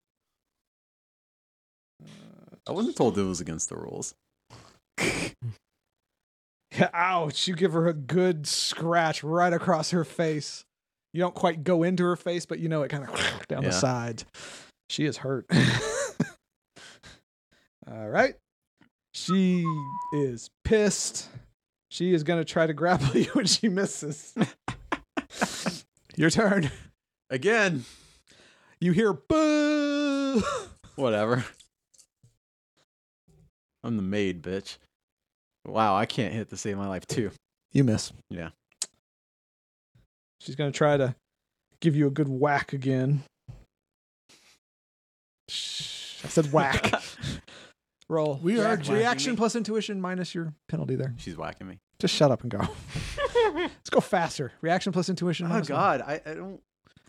I wasn't told it was against the rules. (laughs) Yeah. Ouch. You give her a good scratch right across her face. You don't quite go into her face, but you know it kind of (laughs) down the Yeah. side. She is hurt. (laughs) All right. She is pissed. She is going to try to grapple (laughs) you and she misses. Your turn. Again. You hear boo. (laughs) Whatever. I'm the maid, bitch. Wow, I can't hit to save my life too. You miss. Yeah. She's gonna try to give you a good whack (laughs) again. Shh, I said whack. Roll. We are Reaction- whacking reaction me. plus intuition minus your penalty there. She's whacking me. Just shut up and (laughs) go. Let's go faster. Reaction plus intuition. Oh minus one. God, I, I don't.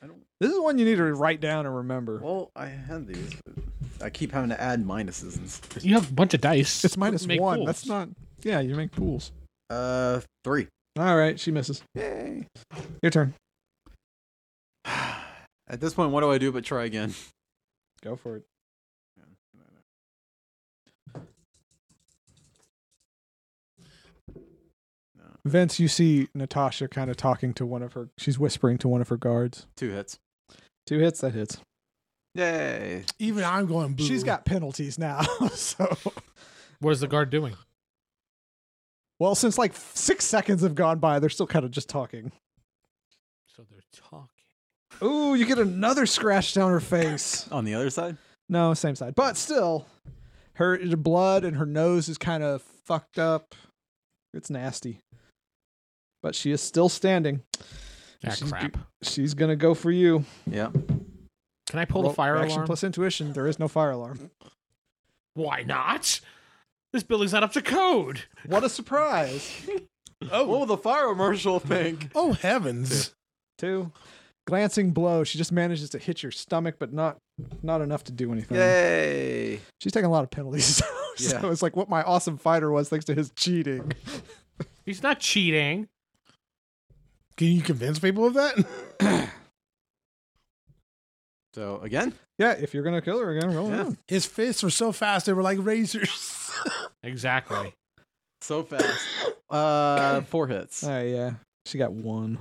I don't. This is one you need to write down and remember. Well, I had these. But I keep having to add minuses and stuff. You have a bunch of dice. it's minus Make one. pools. That's not. Yeah, you make pools. Uh, three. All right, she misses. Yay. Your turn. At this point, what do I do but try again? (laughs) Go for it. Vince, you see Natasha kind of talking to one of her. She's whispering to one of her guards. Two hits. Two hits, that hits. Yay. Even I'm going. Boo. She's got penalties now. (laughs) So, What is the guard doing? well, since like six seconds have gone by, they're still kind of just talking. So they're talking. Ooh, you get another scratch down her face. On the other side? No, same side, but still, her her blood and her nose is kind of fucked up. It's nasty, but she is still standing. Ah, She's crap. She's gonna go for you. Yeah. Can I pull Roll the fire reaction alarm? plus intuition. There is no fire alarm. Why not? This building's not up to code. What a surprise! Oh. What will the fire marshal think? Oh heavens! Two glancing blow. She just manages to hit your stomach, but not not enough to do anything. (laughs) Yay. She's taking a lot of penalties. (laughs) So, Yeah. so it's like what my awesome fighter was thanks to his cheating. He's not cheating. (laughs) Can you convince people of that? (clears throat) So again, Yeah, if you're gonna kill her again, roll Yeah. around. His fists were so fast they were like razors. (laughs) Exactly. so fast. (coughs) Uh, four hits. Oh yeah, she got one.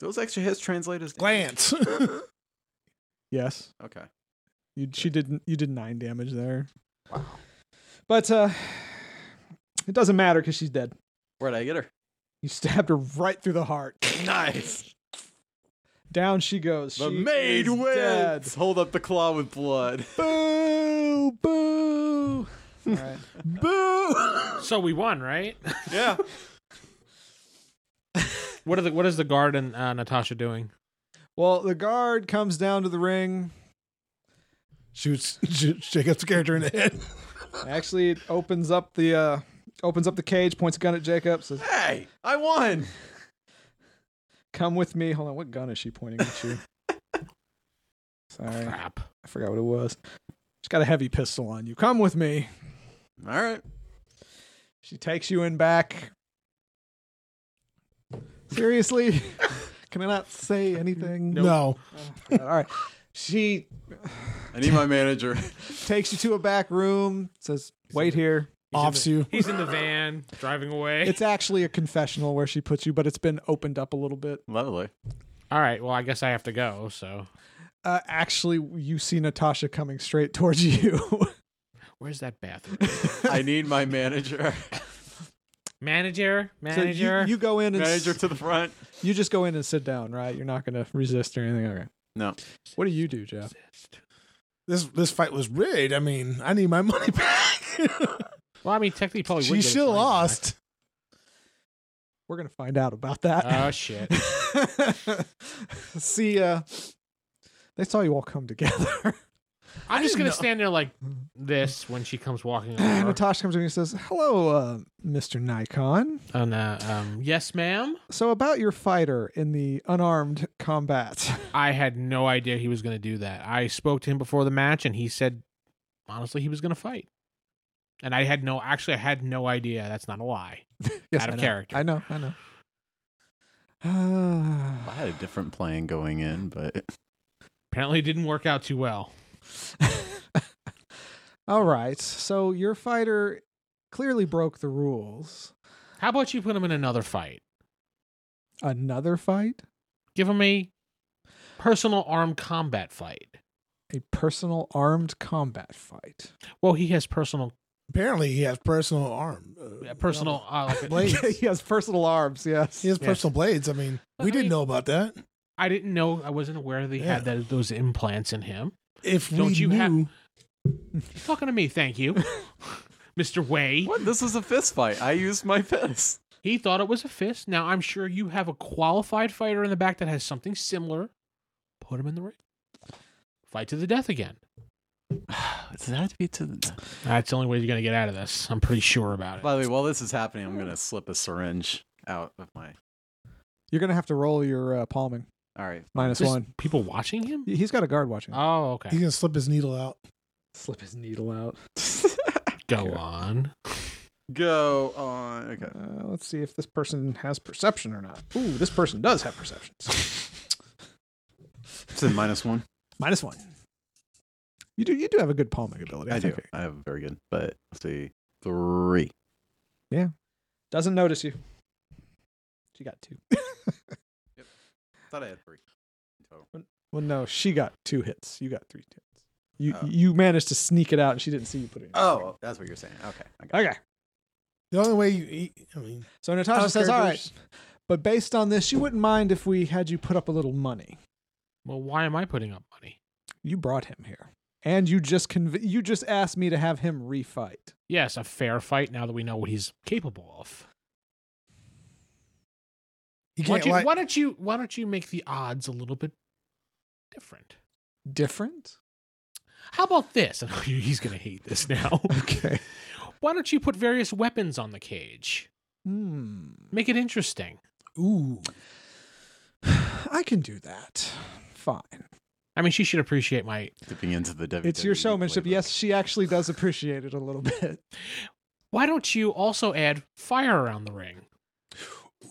Those extra hits translate as Glance. (laughs) Yes, Okay. you. She didn't. You did nine damage there. Wow. But uh, it doesn't matter because she's dead. Where'd I get her? You stabbed her right through the heart. Nice. Down she goes. (laughs) The she maid is dead. wins. Hold up the claw with (laughs) blood. Boo! Boo! All right. Boo! So we won, right? (laughs) Yeah. What are the what is the guard and uh, Natasha doing? Well, the guard comes down to the ring. Shoots, shoots Jacob's character in the head. (laughs) Actually, it opens up the uh, opens up the cage. Points a gun at Jacob. Says, hey, I won. "Come with me." Hold on. What gun is she pointing at (laughs) you? Sorry, Crap. I forgot what it was. She's got a heavy pistol on you. Come with me. All right. She takes you in back. Seriously? (laughs) Can I not say anything? No. God, All right. She I need my manager. (laughs) takes you to a back room, says, wait here. He's in Offs the- you. He's in the van driving away. It's actually a confessional where she puts you, but it's been opened up a little bit. Lovely. All right. Well, I guess I have to go. So Uh, actually, you see Natasha coming straight towards you. (laughs) where's that bathroom? I need my (laughs) manager. Manager, So you- manager. you, go in and s- manager to the front. you just go in and sit down, right? You're not going to resist or anything. Okay. No. What do you do, Jeff? This this fight was rigged. I mean, I need my money (laughs) back. well, I mean, technically, you probably would she Oh, get his still money back. lost. We're going to find out about that. Oh (laughs) shit! (laughs) See, uh, they saw you all come together. (laughs) I'm just didn't gonna know. stand there like this when she comes (laughs) walking over. Natasha comes to me and says, "Hello, uh, Mr. Nikon. and, uh, um, yes, ma'am. So about your fighter in the unarmed combat, (laughs) I had no idea he was gonna do that. I spoke to him before the match, and he said, honestly, he was gonna fight. And I had no, actually, I had no idea. That's not a lie. Yes, Out of I know. character. I know, I know. Ah. I had a different plan going in, but Apparently, it didn't work out too well. (sighs) all right. So your fighter clearly broke the rules. How about you put him in another fight? Another fight, Give him a personal armed combat fight. a personal armed combat fight. Well, he has personal, Apparently, he has personal arm. uh, personal, uh, like a- blades. (laughs) he has personal arms. Yes. He has Yeah. personal blades. I mean, we didn't know about that. I didn't know. I wasn't aware that he had that, those implants in him. If we Don't you knew, have- You're talking to me, thank you, (laughs) Mister Way. what? This was a fist fight. I used my fist. He thought it was a fist. Now I'm sure you have a qualified fighter in the back that has something similar. Put him in the ring. Fight to the death again. Does that have to be to the? That's the only way you're gonna get out of this. I'm pretty sure about it. (sighs) By the way, while this is happening, I'm gonna slip a syringe out of my. You're gonna have to roll your uh, palming All right. minus Just one. people watching him. He's got a guard Uh, watching. Oh, he's okay. gonna slip his needle out. Slip his needle out. Go on. Go on. Okay. Uh, let's see if this person has perception or not. Ooh, this person does have perception. (laughs) It's a minus one. Minus one. You do. You do have a good palming ability. I do. think. I have very good, but let's see. Three. Doesn't notice you. She got (laughs) two. Thought I had three. Total. Well, no, she got two hits. You got three hits. You Oh. you managed to sneak it out, and she didn't see you put it. In. Oh, that's what you're saying. Okay. I got it. Okay. The only way you, he- I mean, So Oh, Natasha Our says, "All right." characters- But based on this, you wouldn't mind if we had you put up a little money. Well, why am I putting up money? You brought him here, and you just conv- you just asked me to have him refight. Yes, a fair fight. Now that we know what he's capable of. you Why can't don't you, like, why don't you why don't you make the odds a little bit different? Different. How about this? (laughs) I know you- he's going to hate this now. Okay. why don't you put various weapons on the cage? Hmm. Make it interesting. ooh, (sighs) I can do that. Fine. I mean, she should appreciate my. Dipping into the WWE. It's your showmanship. playbook. Yes, she actually does appreciate it a little bit. Why don't you also add fire around the ring?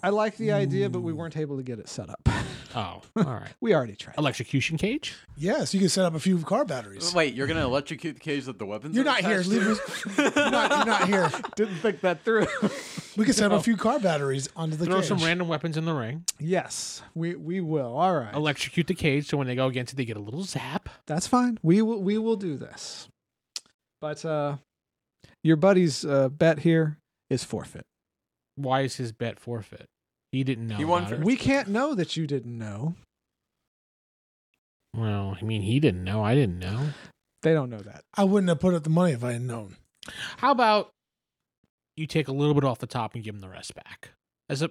I like the idea, but we weren't able to get it set up. (laughs) Oh, all right. We already tried. Electrocution cage. Yes, you can set up a few car batteries. Wait, you're gonna electrocute the cage that the weapons? You're are not here. attached Leave to? (laughs) us. You're not, you're not here. (laughs) Didn't think that (laughs) through. We can set up a few car batteries onto the Throw cage. some random weapons in the ring. Oh. yes, we we will. All right, Electrocute the cage, so when they go against it, they get a little zap. that's fine. We will we will do this. But uh, your buddy's uh, bet here is forfeit. Why is his bet forfeit? He didn't know. He won about it. first. We can't know that you didn't know. Well, I mean, he didn't know. I didn't know. They don't know that. I wouldn't have put up the money if I had known. How about you take a little bit off the top and give him the rest back as a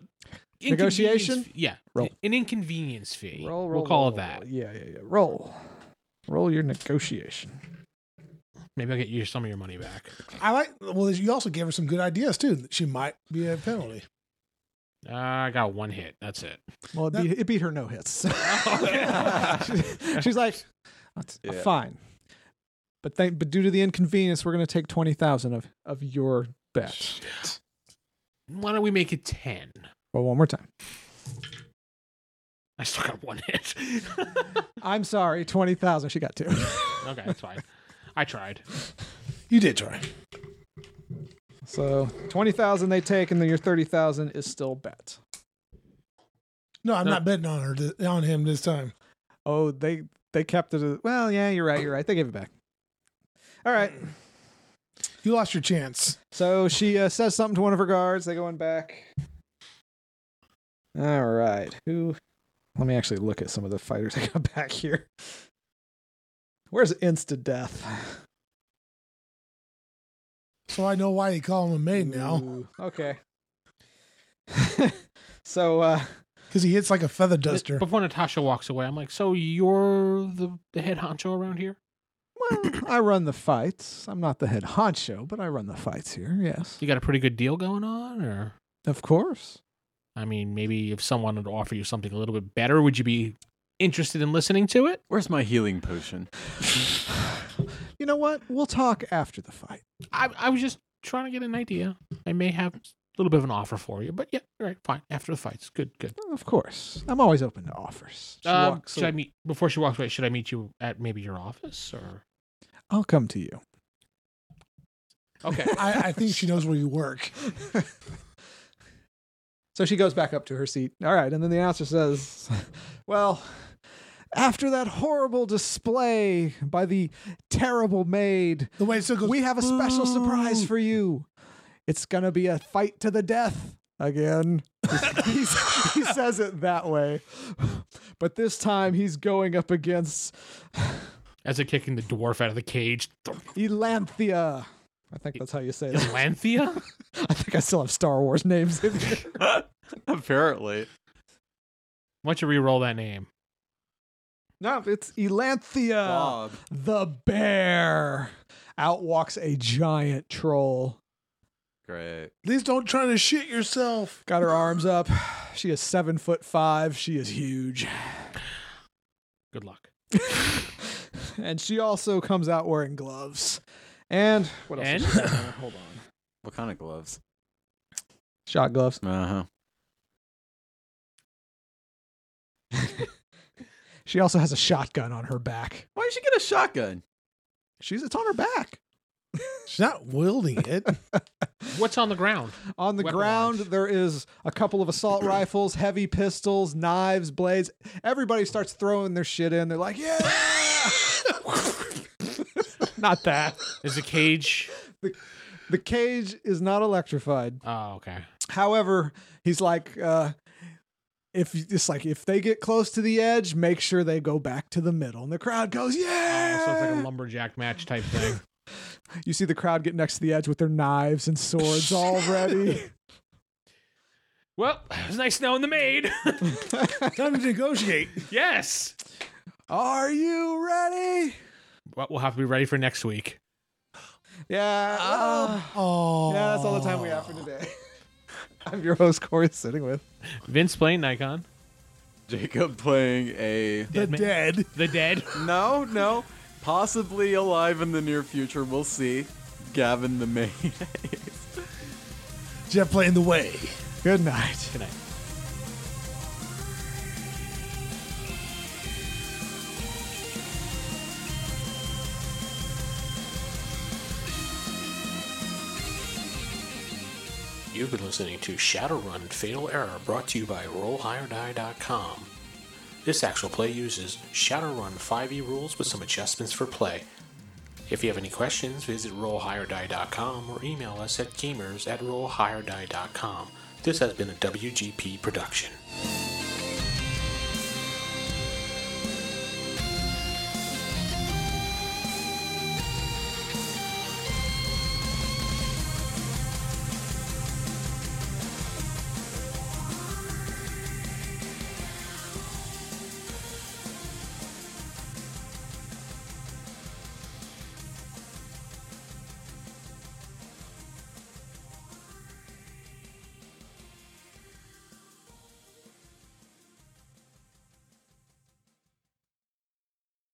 inconvenience Negotiation? fee- Yeah, Roll. an inconvenience fee. Roll, roll. we'll call roll, it that. roll. Yeah, yeah, yeah. Roll, roll your negotiation. Maybe I'll get you some of your money back. I like. Well, you also gave her some good ideas too. She might be a penalty. Uh, I got one hit. That's it. Well, it That- beat, it beat her no (laughs) hits. okay. She's like, "That's- uh, Yeah. fine, but thank, but due to the inconvenience, we're going to take twenty thousand of of your bet. Why don't we make it ten? Well, one more time. I still got one hit. I'm sorry, twenty thousand. She got two. (laughs) okay, that's fine. I tried. You did try. so twenty thousand they take, and then your thirty thousand is still bet. No, Uh, I'm No. not betting on her th- on him this time. Oh, they they kept it. a- Well, yeah, you're right. You're right. They gave it back. All right. You lost your chance. So she uh, says something to one of her guards. They go in back. All right. Who? Let me actually look at some of the fighters (laughs) I got back here. Where's Insta Death? So I know why you call him a maid now Ooh, Okay. (laughs) so uh because he hits like a feather (laughs) duster. Before Natasha walks away, I'm like, "So you're the, the head honcho around here?" well, I run the fights. I'm not the head honcho, but I run the fights here. Yes. You got a pretty good deal going on, or Of course. (sighs) I mean, maybe if someone would offer you something a little bit better, would you be interested in listening to it? Where's my healing potion? (laughs) You know what? We'll talk after the fight. I, I was just trying to get an idea. I may have a little bit of an offer for you, but yeah, all right, fine. After the fights, good, good. Of course. I'm always open to offers. She Um, walks should I away. meet before she walks away? Should I meet you at maybe your office or? I'll come to you. (laughs) Okay, I, I think she knows where you work. so she goes back up to her seat. All right. And then the announcer says, Well, after that horrible display by the terrible maid, The way it still goes. we have a special surprise "Boo." for you. It's going to be a fight to the death again. He's- he says it that way. But this time he's going up against as they're kicking the dwarf out of the cage, Elanthea. I think that's how you say (laughs) it. Lanthea. I think I still have Star Wars names in here. Apparently. Why don't you re-roll that name? No, it's Elanthea. Bob. The bear. Out walks a giant troll. Great. Please don't try to shit yourself. Got her arms up. She is seven foot five. She is huge. Good luck. and she also comes out wearing gloves. And what else? And? does she have? Hold on. What kind of gloves? Shot gloves. Uh huh. She also has a shotgun on her back. Why did she get a shotgun? She's it's on her back. She's not wielding (laughs) it. (laughs) What's on the ground? On the Weaponized. ground, there is a couple of assault rifles, heavy pistols, knives, blades. Everybody starts throwing their shit in. They're like, yeah. (laughs) not that. Is the cage? The cage is not electrified. Oh, okay. However, he's like, uh, if you- it's like if they get close to the edge, make sure they go back to the middle. And the crowd goes, Oh, yeah. so it's like a lumberjack match type thing. you see the crowd get next to the edge with their knives and swords all (laughs) ready. Well, it's nice knowing the maid. (laughs) Time to negotiate. yes. Are you ready? Well, we'll have to be ready for next week. (laughs) Yeah. well, Ah. Oh, yeah, that's all the time we have for today. (laughs) I'm your host, Corey, sitting with. Vince playing Nikon. Jacob playing a. The man. dead. The dead. No, no. Possibly alive in the near future. We'll see. (laughs) Gavin the maid. Jeff playing the way. Good night. Good night. You've been listening to Shadowrun Fatal Error brought to you by RollHigherDie.com. This actual play uses Shadowrun 5e rules with some adjustments for play. If you have any questions, visit RollHigherDie.com or email us at gamers at RollHigherDie.com. This has been a WGP production.